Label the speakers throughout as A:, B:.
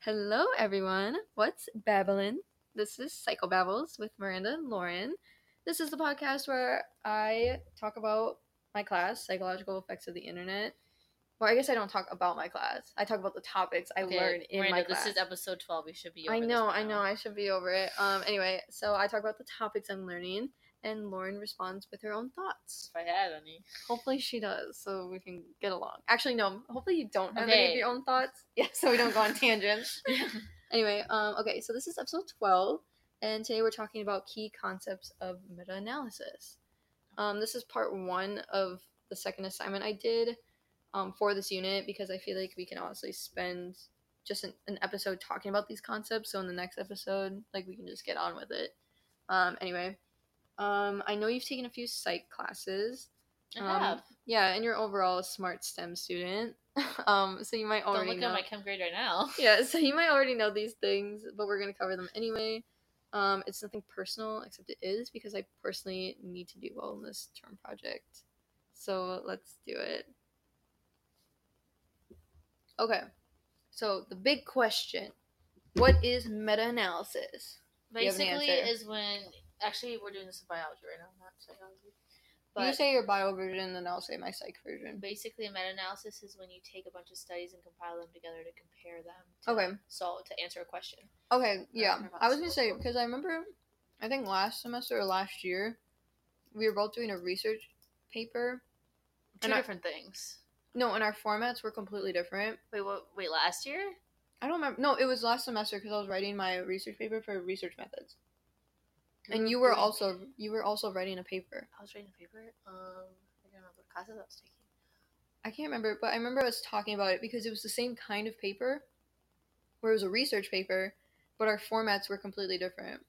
A: Hello, everyone. What's Babylon? This is Psycho Babbles with Miranda and Lauren. This is the podcast where I talk about my class, psychological effects of the internet. Well, I guess I don't talk about my class. I talk about the topics I
B: Okay,
A: learn in
B: Miranda,
A: my class.
B: This is episode twelve. We should be. Over
A: I
B: this
A: know,
B: by
A: I know.
B: now.
A: I should be over it. Um. Anyway, so I talk about the topics I'm learning, and Lauren responds with her own thoughts.
B: If I had any.
A: Hopefully, she does, so we can get along. Actually, no. Hopefully, you don't have any of
B: Okay.
A: your own thoughts. Yeah, so we don't go on tangents. Anyway, um, okay, so this is episode 12, and today we're talking about key concepts of meta analysis. Um, this is part one of the second assignment I did um, for this unit because I feel like we can honestly spend just an, an episode talking about these concepts. So in the next episode, like we can just get on with it. Um, anyway, um, I know you've taken a few psych classes.
B: I
A: Um,
B: have.
A: Yeah, and you're overall a smart STEM student. um, so you might
B: Don't
A: already
B: look
A: know
B: at my chem grade right now.
A: yeah, so you might already know these things, but we're gonna cover them anyway. Um, it's nothing personal, except it is because I personally need to do well in this term project. So let's do it. Okay, so the big question: What is meta-analysis? You have an
B: Basically,
A: answer.
B: is when actually we're doing this in biology right now, not psychology. But
A: you say your bio version, and I'll say my psych version.
B: basically, a meta-analysis is when you take a bunch of studies and compile them together to compare them. To,
A: Okay,
B: So to answer a question.
A: okay, yeah.
B: Or
A: I was gonna
B: possible.
A: say because I remember, I think last semester or last year, we were both doing a research paper
B: Two
A: And I-
B: different things.
A: No, and our formats were completely different.
B: Wait, what? Wait, last year?
A: I don't remember. No, it was last semester because I was writing my research paper for research methods, and you were
B: Doing-
A: also you were also writing a paper.
B: I was writing a paper. Um, I don't know what classes I was taking.
A: I can't remember, but I remember us talking about it because it was the same kind of paper, where it was a research paper, but our formats were completely different.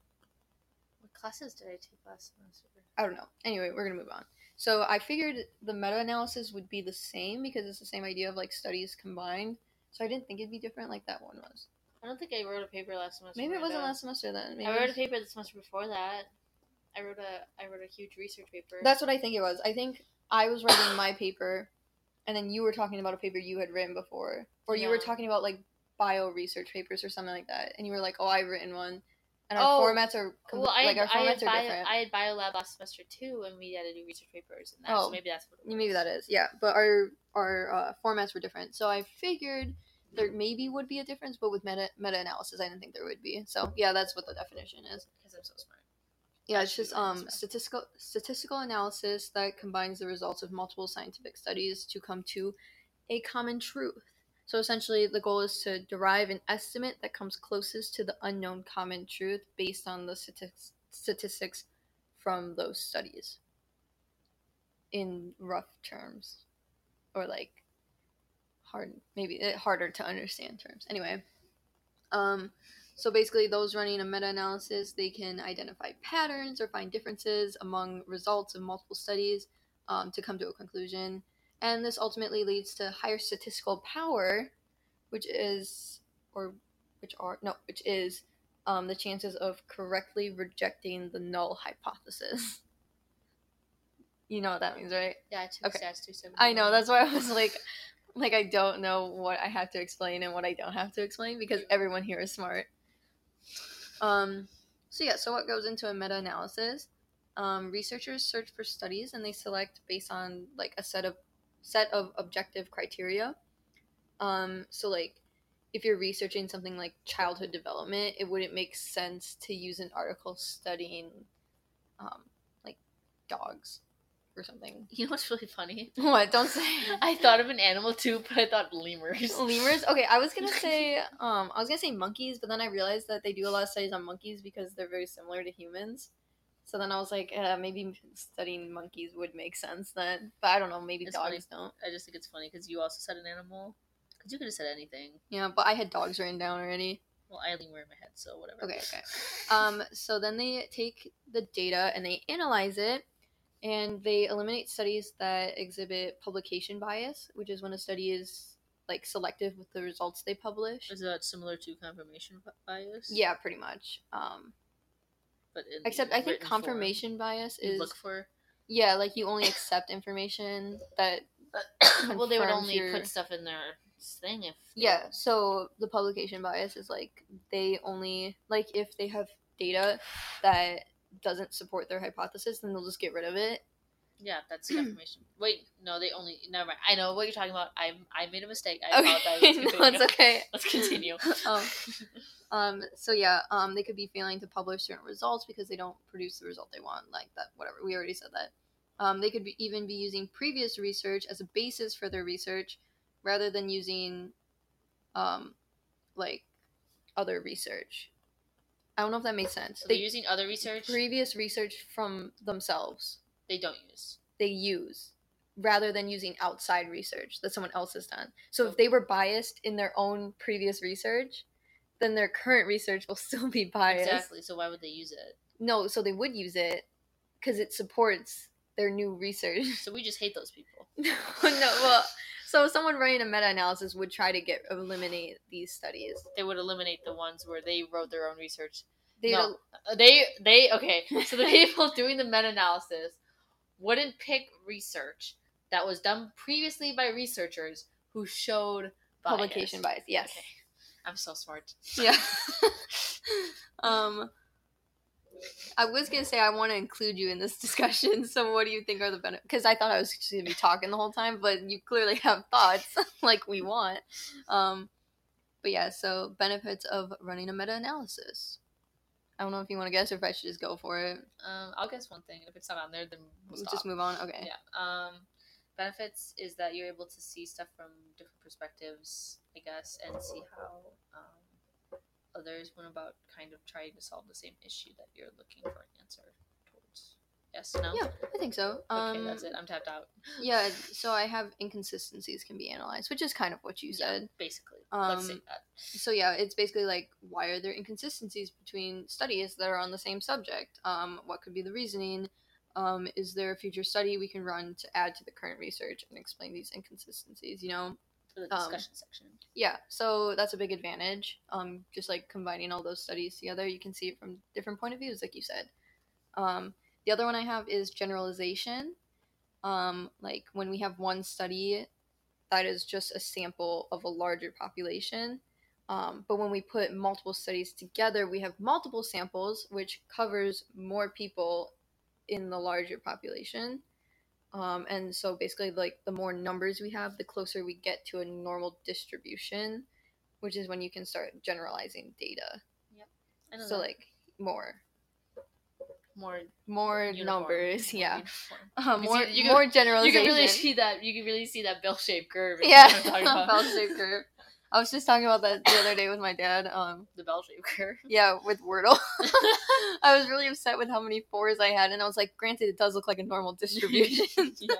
B: What classes did I take last semester?
A: I don't know. Anyway, we're gonna move on. So I figured the meta analysis would be the same because it's the same idea of like studies combined. So I didn't think it'd be different like that one was.
B: I don't think I wrote a paper last semester.
A: Maybe it wasn't
B: Miranda.
A: last semester then. Maybe
B: I
A: it
B: wrote
A: was-
B: a paper the semester before that. I wrote a I wrote a huge research paper.
A: That's what I think it was. I think I was writing my paper, and then you were talking about a paper you had written before, or you were
B: Yeah.
A: talking about like bio research papers or something like that, and you were like, "Oh, I've written one," and
B: Oh,
A: our formats are com-
B: well, I had,
A: like our
B: I, had
A: formats are
B: bio,
A: different.
B: I had bio lab last semester too, and we had to do research papers, and that,
A: Oh.
B: so maybe that's what. It was.
A: Maybe that is yeah, but our our uh, formats were different, so I figured there maybe would be a difference, but with meta meta analysis, I didn't think there would be. So yeah, that's what the definition is.
B: because I'm so smart.
A: Yeah, it's just
B: Actually,
A: um,
B: so-
A: statistical statistical analysis that combines the results of multiple scientific studies to come to a common truth. So essentially, the goal is to derive an estimate that comes closest to the unknown common truth based on the statistics, statistics from those studies. In rough terms, or like hard, maybe eh, harder to understand terms. Anyway, um, so basically, those running a meta-analysis, they can identify patterns or find differences among results of multiple studies um, to come to a conclusion. And this ultimately leads to higher statistical power, which is or which are no, which is um, the chances of correctly rejecting the null hypothesis. you know what that means, right?
B: Yeah, I took
A: Okay.
B: stats two seventy.
A: I know. That's why I was like, like I don't know what I have to explain and what I don't have to explain because everyone here is smart. Um, so yeah. So what goes into a meta-analysis? Um, researchers search for studies and they select based on like a set of set of objective criteria. Um, so like if you're researching something like childhood development, it wouldn't make sense to use an article studying um, like dogs or something.
B: You know what's really funny?
A: What? Don't say.
B: I thought of an animal too, but I thought lemurs.
A: Lemurs. Okay, I was gonna say um I was gonna say monkeys, but then I realized that they do a lot of studies on monkeys because they're very similar to humans. So then I was like, uh, maybe studying monkeys would make sense then. But I don't know, maybe
B: It's
A: dogs
B: funny.
A: don't.
B: I just think it's funny because you also said an animal. Because you could have said anything.
A: Yeah, but I had dogs written down already.
B: Well, I had lemur in my head, so whatever.
A: Okay, okay. Um, so then they take the data and they analyze it, and they eliminate studies that exhibit publication bias, which is when a study is like selective with the results they publish.
B: Is that similar to confirmation bi- bias?
A: Yeah, pretty much. Um,
B: But in
A: Except I think
B: written form,
A: confirmation bias
B: you
A: is
B: look for
A: yeah, like you only accept information that
B: well, they would
A: confirms
B: only
A: your-
B: put stuff in their thing if they-
A: Yeah, so the publication bias is like they only like if they have data that doesn't support their hypothesis, then they'll just get rid of it.
B: yeah that's defamation wait no they only never mind i know what you're talking about i I made a mistake i apologize let's
A: no,
B: continue,
A: it's okay.
B: let's continue.
A: um, um, so yeah, um, they could be failing to publish certain results because they don't produce the result they want, like that. Whatever we already said that. Um, they could be, even be using previous research as a basis for their research, rather than using, um, like, other research. I don't know if that makes sense.
B: so
A: they
B: they're using other research
A: previous research from themselves
B: they don't use
A: they use rather than using outside research that someone else has done. So
B: Oh.
A: if they were biased in their own previous research, then their current research will still be biased.
B: exactly so why would they use it
A: No, so they would use it because it supports their new research.
B: so we just hate those people
A: no, well, so someone running a meta-analysis would try to get eliminate these studies.
B: they would eliminate the ones where they wrote their own research
A: They
B: No. Uh, they they okay so the people doing the meta-analysis wouldn't pick research that was done previously by researchers who showed bias.
A: publication bias. Yes.
B: Okay. i'm so smart
A: Yeah. um, I was gonna say I want to include you in this discussion. So, what do you think are the benefits? Because I thought I was just gonna be talking the whole time, but you clearly have thoughts like we want. Um, but yeah, so benefits of running a meta-analysis. I don't know if you want to guess or if I should just go for it.
B: um i'll guess one thing and if it's not on there then we'll
A: We'll
B: stop.
A: just move on. Okay.
B: yeah um benefits is that you're able to see stuff from different perspectives i guess and see how um, others went about kind of trying to solve the same issue that you're looking for an answer towards yes no
A: Yeah, I think so. Um,
B: okay that's it i'm tapped out
A: Yeah, so I have inconsistencies can be analyzed, which is kind of what you
B: Yeah,
A: said.
B: basically.
A: Um,
B: Let's say that.
A: so yeah, it's basically like why are there inconsistencies between studies that are on the same subject? Um, what could be the reasoning? Um, is there a future study we can run to add to the current research and explain these inconsistencies? You know,
B: For the
A: um,
B: discussion section.
A: yeah. So that's a big advantage. Um, just like combining all those studies together, you can see it from different point of views, like you said. Um, the other one I have is generalization. Um, like when we have one study that is just a sample of a larger population. Um, but when we put multiple studies together, we have multiple samples, which covers more people in the larger population. Um, and so basically, like the more numbers we have, the closer we get to a normal distribution, which is when you can start generalizing data.
B: I don't
A: So,
B: know,
A: like, more.
B: more
A: More
B: uniform,
A: numbers,
B: more
A: yeah.
B: uniform.
A: Uh,
B: You can
A: more
B: see- you can-
A: more
B: You
A: generalization.
B: can really see that. You can really see that bell-shaped curve. if you know
A: yeah,
B: what I'm talking about.
A: bell-shaped curve. I was just talking about that the other day with my dad. Um,
B: The bell-shaped curve.
A: Yeah, with Wordle. I was really upset with how many fours I had, and I was like, granted, it does look like a normal distribution.
B: yeah.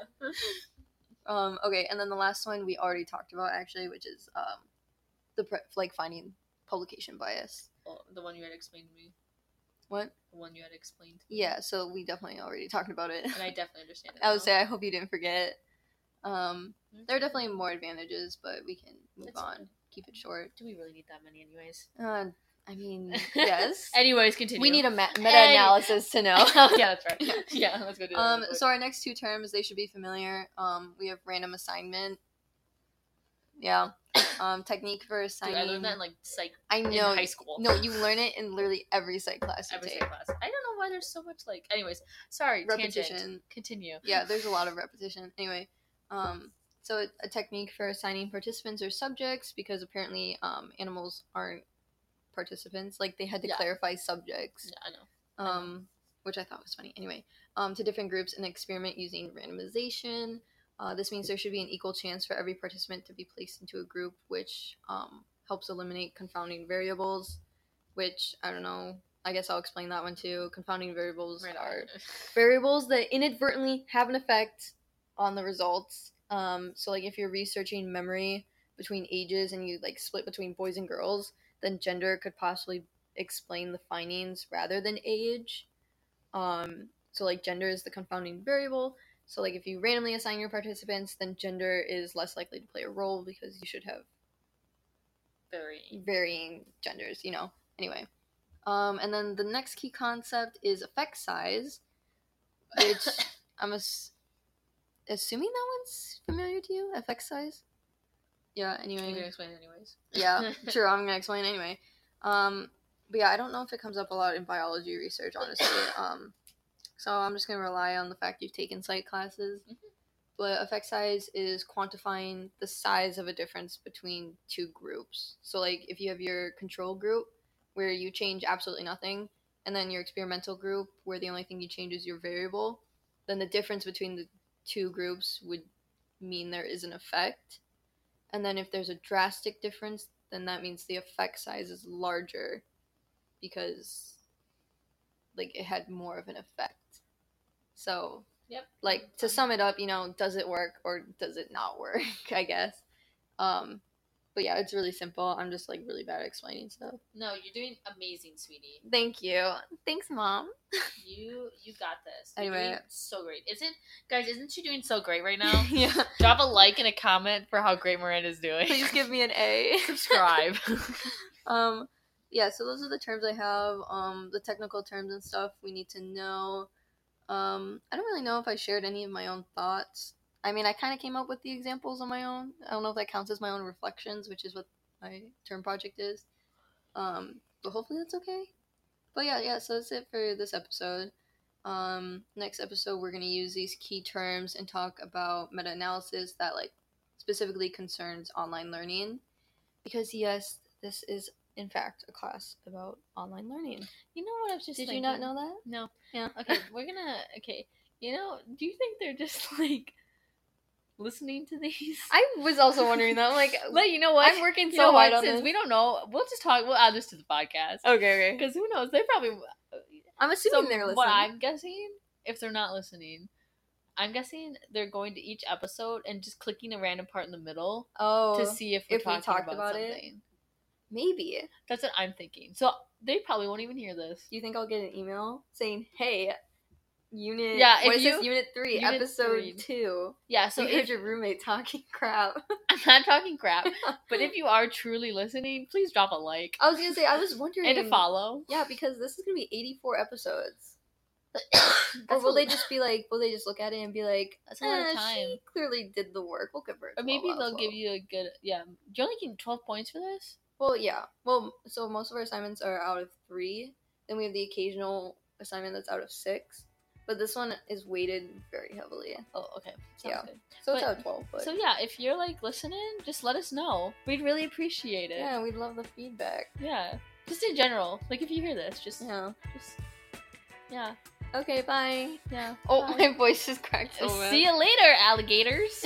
A: um, okay, and then the last one we already talked about actually, which is um, the pre- like finding publication bias.
B: Well, the one you had explained to me.
A: What?
B: The one you had explained,
A: Yeah, so we definitely already talked about it.
B: and I definitely understand. It
A: I would
B: now.
A: say I hope you didn't forget. Um,
B: Mhm.
A: there are definitely more advantages, but we can move
B: That's
A: on.
B: fine.
A: Keep it short.
B: Do we really need that many, anyways?
A: Uh, I mean, yes.
B: Anyways, continue.
A: we need a ma- meta-analysis to know.
B: yeah, that's right. Yeah, let's go do that.
A: Um,
B: real quick.
A: so our next two terms they should be familiar. Um, we have random assignment. Yeah. Um, technique for
B: Dude,
A: assigning.
B: I learned that in like psych
A: I
B: in
A: know.
B: high school.
A: No, you learn it in literally every psych class you
B: every
A: take.
B: single class. I don't know why there's so much like. Anyways, sorry. Tangent.
A: Repetition.
B: Continue.
A: Yeah, there's a lot of repetition. Anyway, um, so it- a technique for assigning participants or subjects because apparently um, animals aren't participants. Like they had to
B: Yeah.
A: clarify subjects.
B: Yeah, I know. know.
A: um, which I thought was funny. Anyway, um, to different groups and experiment using randomization. Uh, this means there should be an equal chance for every participant to be placed into a group, which um, helps eliminate confounding variables. Which I don't know. I guess I'll explain that one too. Confounding variables
B: Right
A: are
B: on.
A: variables that inadvertently have an effect on the results. Um, so like if you're researching memory between ages and you like split between boys and girls, then gender could possibly explain the findings rather than age. Um, so like gender is the confounding variable. So like if you randomly assign your participants, then gender is less likely to play a role because you should have
B: Very.
A: varying genders, you know. Anyway. Um, and then the next key concept is effect size, which I'm ass- assuming that one's familiar to you. Effect size? yeah.
B: You can
A: Anyway,
B: explain it anyways.
A: yeah, true. I'm gonna explain anyway. Um, but yeah, I don't know if it comes up a lot in biology research, honestly. Um, so I'm just gonna rely on the fact you've taken psych classes.
B: Mhm.
A: But effect size is quantifying the size of a difference between two groups. So like if you have your control group where you change absolutely nothing, and then your experimental group where the only thing you change is your variable, then the difference between the two groups would mean there is an effect. And then if there's a drastic difference, then that means the effect size is larger because like it had more of an effect. So,
B: Yep. Um,
A: like to sum it up, you know, does it work or does it not work, I guess. Um but yeah, it's really simple. I'm just like really bad at explaining stuff.
B: No, you're doing amazing, sweetie.
A: Thank you. Thanks, mom.
B: You you got this. You're
A: Anyway.
B: doing so great. Isn't guys? Isn't she doing so great right now?
A: yeah.
B: Drop a like and a comment for how great Miranda's doing.
A: Please give me an A.
B: subscribe.
A: um yeah so those are the terms i have um the technical terms and stuff we need to know um i don't really know if i shared any of my own thoughts i mean i kind of came up with the examples on my own i don't know if that counts as my own reflections which is what my term project is um but hopefully that's okay but yeah yeah so that's it for this episode um next episode we're going to use these key terms and talk about meta-analysis that like specifically concerns online learning because yes this is in fact a class about online learning
B: you know what I was just.
A: did you not
B: thinking?
A: know that
B: No.
A: Yeah.
B: Okay, we're gonna. Okay, you know, do you think they're just like listening to these?
A: i was also wondering that I'm like
B: But you know what?
A: i'm working
B: You
A: so
B: know
A: hard
B: what?
A: on
B: Since
A: this
B: we don't know, we'll just talk. We'll add this to the podcast
A: okay okay
B: because who knows? They probably.
A: i'm assuming
B: so
A: they're listening
B: What I'm guessing, if they're not listening, I'm guessing they're going to each episode and just clicking a random part in the middle
A: oh
B: to see if we're
A: if we
B: talking
A: talked
B: about,
A: about it.
B: something.
A: maybe
B: That's what I'm thinking. So they probably won't even hear this.
A: do you think i'll get an email saying hey unit
B: Yeah,
A: what
B: if
A: is
B: you-
A: this unit three
B: unit
A: episode
B: three.
A: two
B: Yeah.
A: so
B: So
A: you
B: if
A: heard your roommate talking crap
B: I'm not talking crap, but if you are truly listening, please drop a like
A: i was gonna say i was wondering
B: and a follow.
A: yeah because this is gonna be 84 episodes or
B: That's
A: will
B: a-
A: they just be like will they just look at it and be like
B: That's a lot of
A: "Eh,
B: time."
A: she clearly did the work we'll give her
B: Or maybe
A: 12 out of
B: they'll
A: 12."
B: give you a good yeah. You're only getting twelve points for this.
A: Well, yeah. Well, so most of our assignments are out of three. Then we have the occasional assignment that's out of six. But this one is weighted very heavily.
B: Oh, okay. Sounds
A: Yeah.
B: good.
A: So it's
B: But-
A: out of 12. But
B: So yeah, if you're like listening, just let us know. We'd really appreciate it.
A: yeah, we'd love the feedback.
B: Yeah. Just in general, like if you hear this, just
A: Yeah.
B: just yeah
A: Okay, bye.
B: yeah.
A: Oh,
B: Bye.
A: my voice is cracked so bad.
B: See you later, alligators.